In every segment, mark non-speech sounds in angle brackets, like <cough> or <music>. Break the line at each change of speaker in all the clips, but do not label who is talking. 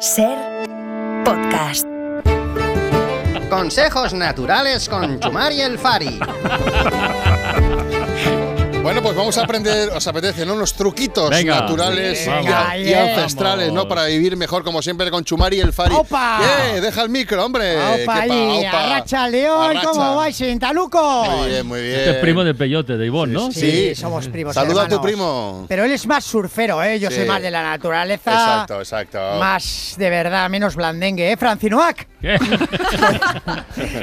Ser podcast.
Consejos naturales con Chumari el
<laughs>
Fari.
Bueno, pues vamos a aprender, os apetece, ¿no? Unos truquitos
Venga.
naturales
Venga,
y, a- y
vamos.
ancestrales, ¿no? Para vivir mejor, como siempre, con Chumari y el Fari.
¡Opa!
¡Eh! Deja el micro, hombre.
¡Opa,
¿Qué pa-
ahí!
opa?
Ah, ¡Arracha, León!
Arracha.
¿Cómo vais, Taluco?
Muy bien, muy bien.
Este es primo de Peyote, de Ivón, ¿no?
Eh, sí.
Sí, somos primos.
Saluda a tu
hermanos.
primo.
Pero él es más surfero, ¿eh? Yo
Sí.
soy más de la naturaleza.
Exacto, exacto.
Más de verdad, menos blandengue, ¿eh, Francinoac?
<laughs> ¿Qué?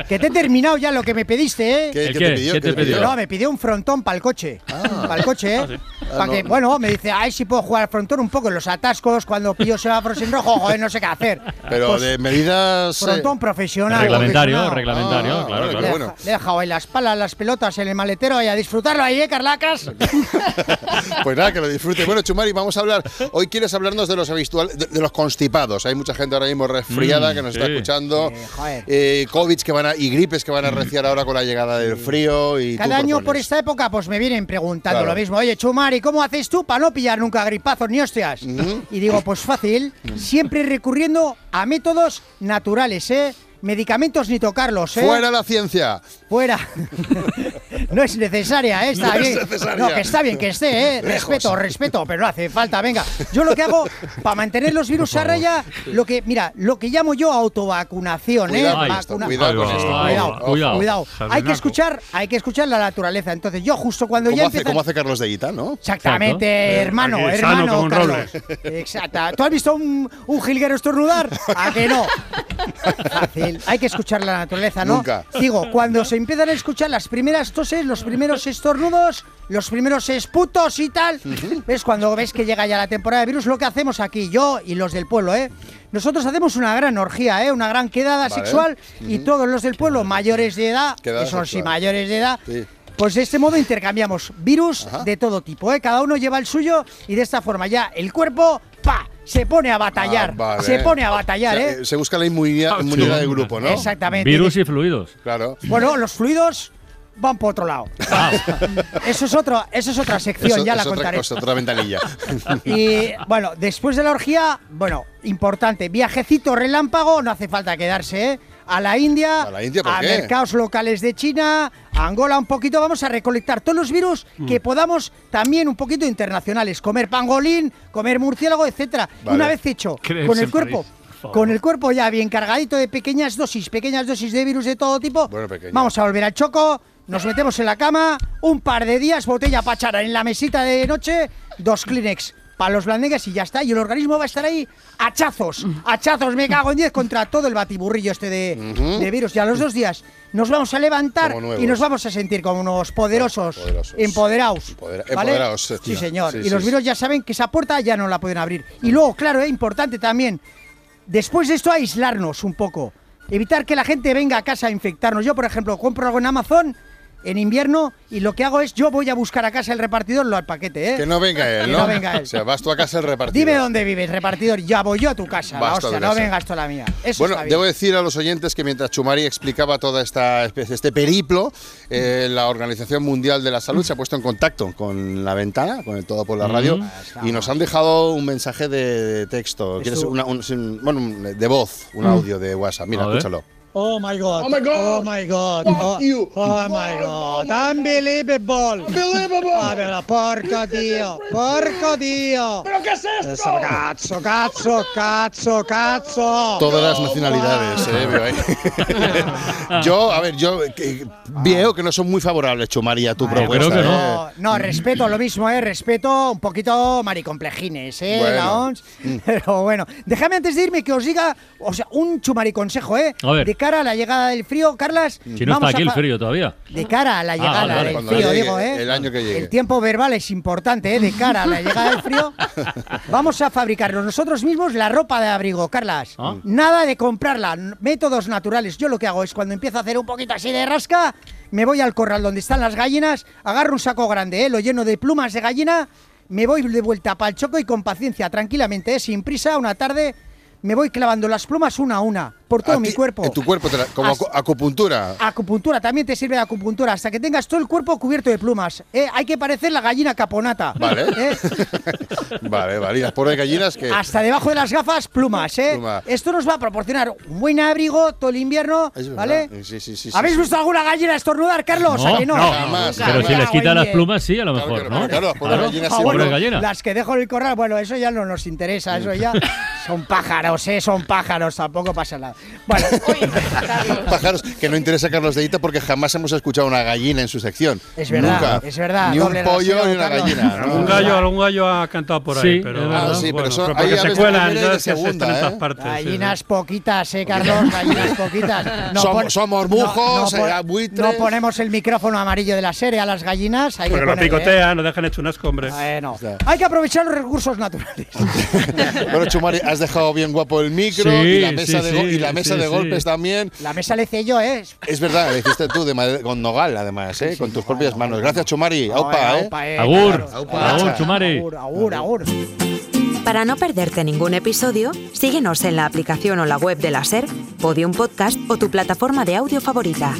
Que te he terminado ya lo que me pediste, ¿eh?
¿Qué, qué
¿El
Ah.
qué?
te pidió?
¿Qué te pidió?
No, me pidió un frontón para el coche. Para el coche,
Ah,
¿eh?
Ah,
Pa' que, Bueno, me dice, ay, si puedo jugar al frontón un poco en los atascos, cuando pillo semáforos en rojo, joder, no sé qué hacer.
Pero
Pues,
de medidas. eh,
Frontón profesional.
Reglamentario,
profesional.
reglamentario,
Ah,
claro,
vale,
claro.
Le
claro.
he
bueno.
deja- le he dejado ahí las palas, las pelotas en el maletero y a disfrutarlo ahí, ¿eh,
<laughs>
Carlacas?
Pues nada, que lo disfrute. Bueno, Chumari, vamos a hablar. Hoy quieres hablarnos de los habitual- de, de los constipados. Hay mucha gente ahora mismo resfriada
Mm,
que nos
sí.
está escuchando.
Sí, joder.
Eh, Covid que van a, y gripes que van a
Mm.
arreciar ahora con la llegada del frío. Y
Cada año por
esta
esta época pues me vienen preguntando
Claro.
lo mismo. Oye, Chumari, ¿cómo haces tú para no pillar nunca gripazos ni hostias?
Mm.
Y digo, pues fácil, siempre recurriendo a métodos naturales, ¿eh? Medicamentos ni tocarlos, ¿eh?
¡Fuera la ciencia!
Fuera. <laughs> no es necesaria, ¿eh? Está
No es
bien.
necesaria.
No, que está bien que esté, ¿eh? Respeto, respeto, pero no hace falta, venga. Yo lo que hago para mantener los virus a raya, lo que, mira, lo que llamo yo autovacunación,
Cuidado
¿eh?
con esto,
Vacuna-
cuidado con
Ahí va,
esto.
ahí va.
Ojo.
Cuidado.
Cuidado.
Sabinar,
Hay que
¿no?
escuchar, hay que escuchar la naturaleza. Entonces, yo justo cuando
¿Cómo
ya
hace,
empiezan-
cómo hace Carlos de Guita, no?
Exactamente, hermano,
Aquí, sano
hermano,
como un
Carlos. Exacta. ¿Tú has visto un, un jilguero estornudar? ¿A que no? Fácil. Hay que escuchar la naturaleza, ¿no?
Nunca.
Digo, cuando se empiezan a escuchar las primeras toses, los primeros estornudos, los primeros esputos y tal, ¿ves? Cuando ves que llega ya la temporada de virus, lo que hacemos aquí, yo y los del pueblo, ¿eh? Nosotros hacemos una gran orgía, ¿eh? Una gran quedada
Vale.
sexual y todos los del pueblo, mayores de edad,
Quedada
eso sí,
sexual.
mayores de edad,
Sí.
pues de este modo intercambiamos virus de todo tipo, ¿eh? Cada uno lleva el suyo y de esta forma ya el cuerpo, ¡pa! Se pone a batallar.
Ah, vale.
Se pone a batallar,
O sea,
¿eh?
Se busca la
Ah,
inmunidad, inmunidad del grupo, ¿no?
Exactamente.
Virus y fluidos.
Mm.
Claro.
Bueno, los fluidos van por otro lado.
Ah.
eso, es otro, eso es otra sección,
Eso-
ya la
es otra
contaré.
cosa, otra
<laughs>
ventanilla.
Y bueno, después de la orgía, bueno, importante, viajecito relámpago, no hace falta quedarse, ¿eh? A la India,
¿A la India por
a
qué?
mercados locales de China, a Angola un poquito, vamos a recolectar todos los virus
Mm.
que podamos, también un poquito internacionales, comer pangolín, comer murciélago, etcétera. Y
Vale.
Una vez hecho,
Creerse
con el
en
cuerpo,
París, por favor.
con el cuerpo ya bien cargadito de pequeñas dosis, pequeñas dosis de virus de todo tipo,
Bueno, pequeña.
vamos a volver al choco, nos metemos en la cama, un par de días, botella pachara en la mesita de noche, dos Kleenex para los blandengues y ya está. Y el organismo va a estar ahí hachazos, hachazos, me cago en 10 contra todo el batiburrillo este de, de virus. Y a los dos días nos vamos a levantar
Como nuevos.
y nos vamos a sentir como unos poderosos,
Poderosos.
empoderados.
Empodera-
¿vale?
empoderados,
Sí,
tío.
señor.
Sí,
y
sí,
los
sí.
virus ya saben que esa puerta ya no la pueden abrir. Y luego, claro, es importante también, Después de esto, aislarnos un poco. Evitar que la gente venga a casa a infectarnos. Yo, por ejemplo, compro algo en Amazon en invierno y lo que hago es yo voy a buscar a casa el repartidor, lo al paquete, ¿eh?
Que no venga él,
Que
¿no?
no venga él.
O sea, vas tú a casa el repartido.
Dime dónde vives, repartidor. Ya voy yo a tu casa.
Vas
La
tú a
hostia,
tu
no
casa.
vengas tú a la mía. Eso
Bueno,
está bien.
debo decir a los oyentes que mientras Chumari explicaba toda esta especie, este periplo, eh, la Organización Mundial de la Salud se ha puesto en contacto con la ventana, con el Todo por la
Mm.
Radio, y nos han dejado un mensaje de texto. ¿Quieres
Estuvo-
una- un- sin- bueno, un- de voz, un
Mm.
audio de WhatsApp. Mira,
A ver.
escúchalo.
Oh my god. Oh my god. Oh my god. Oh, oh my god. Unbelievable. Unbelievable. Ah, però porco Dio. Porco Dio. Però che è questo? Cazzo, cazzo, cazzo, cazzo.
Todas las nacionalidades, eh, veo ahí.
<laughs>
yo, a ver, yo eh, veo que no son muy favorables, Chumari, a tu
Bueno,
propuesta.
creo que
eh.
no. no, respeto lo mismo, ¿eh? Respeto un poquito maricomplejines, ¿eh?
Bueno.
La ONS. <laughs> Pero bueno, déjame antes de irme que os diga, o sea, un chumariconsejo, ¿eh?
A ver.
De cara a la llegada del frío, Carlas.
Si no está
vamos a
aquí el
fa-
frío todavía.
De cara a la llegada
vale, vale.
del
Ah, Cuando
frío,
llegue,
digo, ¿eh?
el año que llegue.
El tiempo verbal es importante, ¿eh? De cara a la llegada del
<laughs>
frío. Vamos a fabricarnos nosotros mismos la ropa de abrigo, Carlas.
Ah.
Nada de comprarla, n- métodos naturales. Yo lo que hago es cuando empiezo a hacer un poquito así de rasca, me voy al corral donde están las gallinas, agarro un saco grande, ¿eh? Lo lleno de plumas de gallina, me voy de vuelta para el choco y con paciencia, tranquilamente, ¿eh? Sin prisa, una tarde, me voy clavando las plumas una a una. por todo
A
mi
ti-
cuerpo.
En tu cuerpo, te la- como
As-
acu- acupuntura.
Acupuntura, también te sirve de acupuntura, hasta que tengas todo el cuerpo cubierto de plumas. ¿eh? Hay que parecer la gallina caponata.
Vale.
<laughs> ¿eh?
vale, vale. Y las pobres gallinas que.
Hasta debajo de las gafas, plumas, ¿eh?
Pluma.
Esto nos va a proporcionar un buen abrigo todo el invierno,
Es verdad.
¿vale?
Sí, sí, sí, sí,
¿Habéis
sí.
visto alguna gallina estornudar, Carlos? ¿A que no?
Jamás,
Pero si
jamás.
les quita las
Oye.
plumas, sí, a lo
Claro que
mejor,
no,
¿no?
claro, las pobres gallinas
Ah,
sí,
bueno,
Pobres gallinas.
Las que dejo en el corral, bueno, eso ya no nos interesa,
<laughs>
eso ya son pájaros, ¿eh? Son pájaros, tampoco pasa nada. Bueno,
Pájaros, que no interesa a Carlos Deita porque jamás hemos escuchado una gallina en su sección.
Es verdad,
Nunca.
es verdad,
Ni un
doble
pollo
ración,
ni una
Carlos.
gallina. ¿no?
Algún gallo, algún gallo ha cantado por
Ah.
ahí,
Sí,
pero,
es verdad.
Ah, sí, pero son-
pero porque
ahí a
se
veces
cuelan,
primera y de
¿sabes? Que se
segunda,
están en
¿eh?
todas partes. sí, sí.
gallinas poquitas, ¿eh, Carlos? Gallinas poquitas.
Somos-
pon-
somos mujos,
pon-
eh, buitres.
no ponemos el micrófono amarillo de la serie a las gallinas. Hay
Porque
que
lo
ponerle, ¿eh?
picotean, lo dejan hecho un asco, hombre.
Bueno,
sea.
hay que aprovechar los recursos naturales.
<laughs> Bueno, Chumari, has dejado bien guapo el micro
Sí,
y la mesa,
sí,
de, go-
sí,
y la mesa
sí,
de
sí.
golpes también.
La mesa le hice yo, ¿eh?
Es verdad, lo hiciste tú de madera- con Nogal, además, ¿eh? con tus propias manos. Gracias, Chumari.
Ahora,
Aupa, ¿eh?
aupa,
Agur,
claro.
Aupa.
agur, Chumari.
Agur, agur, agur.
Para no perderte ningún episodio, síguenos en la aplicación o la web de la SER, Podium Podcast o tu plataforma de audio favorita.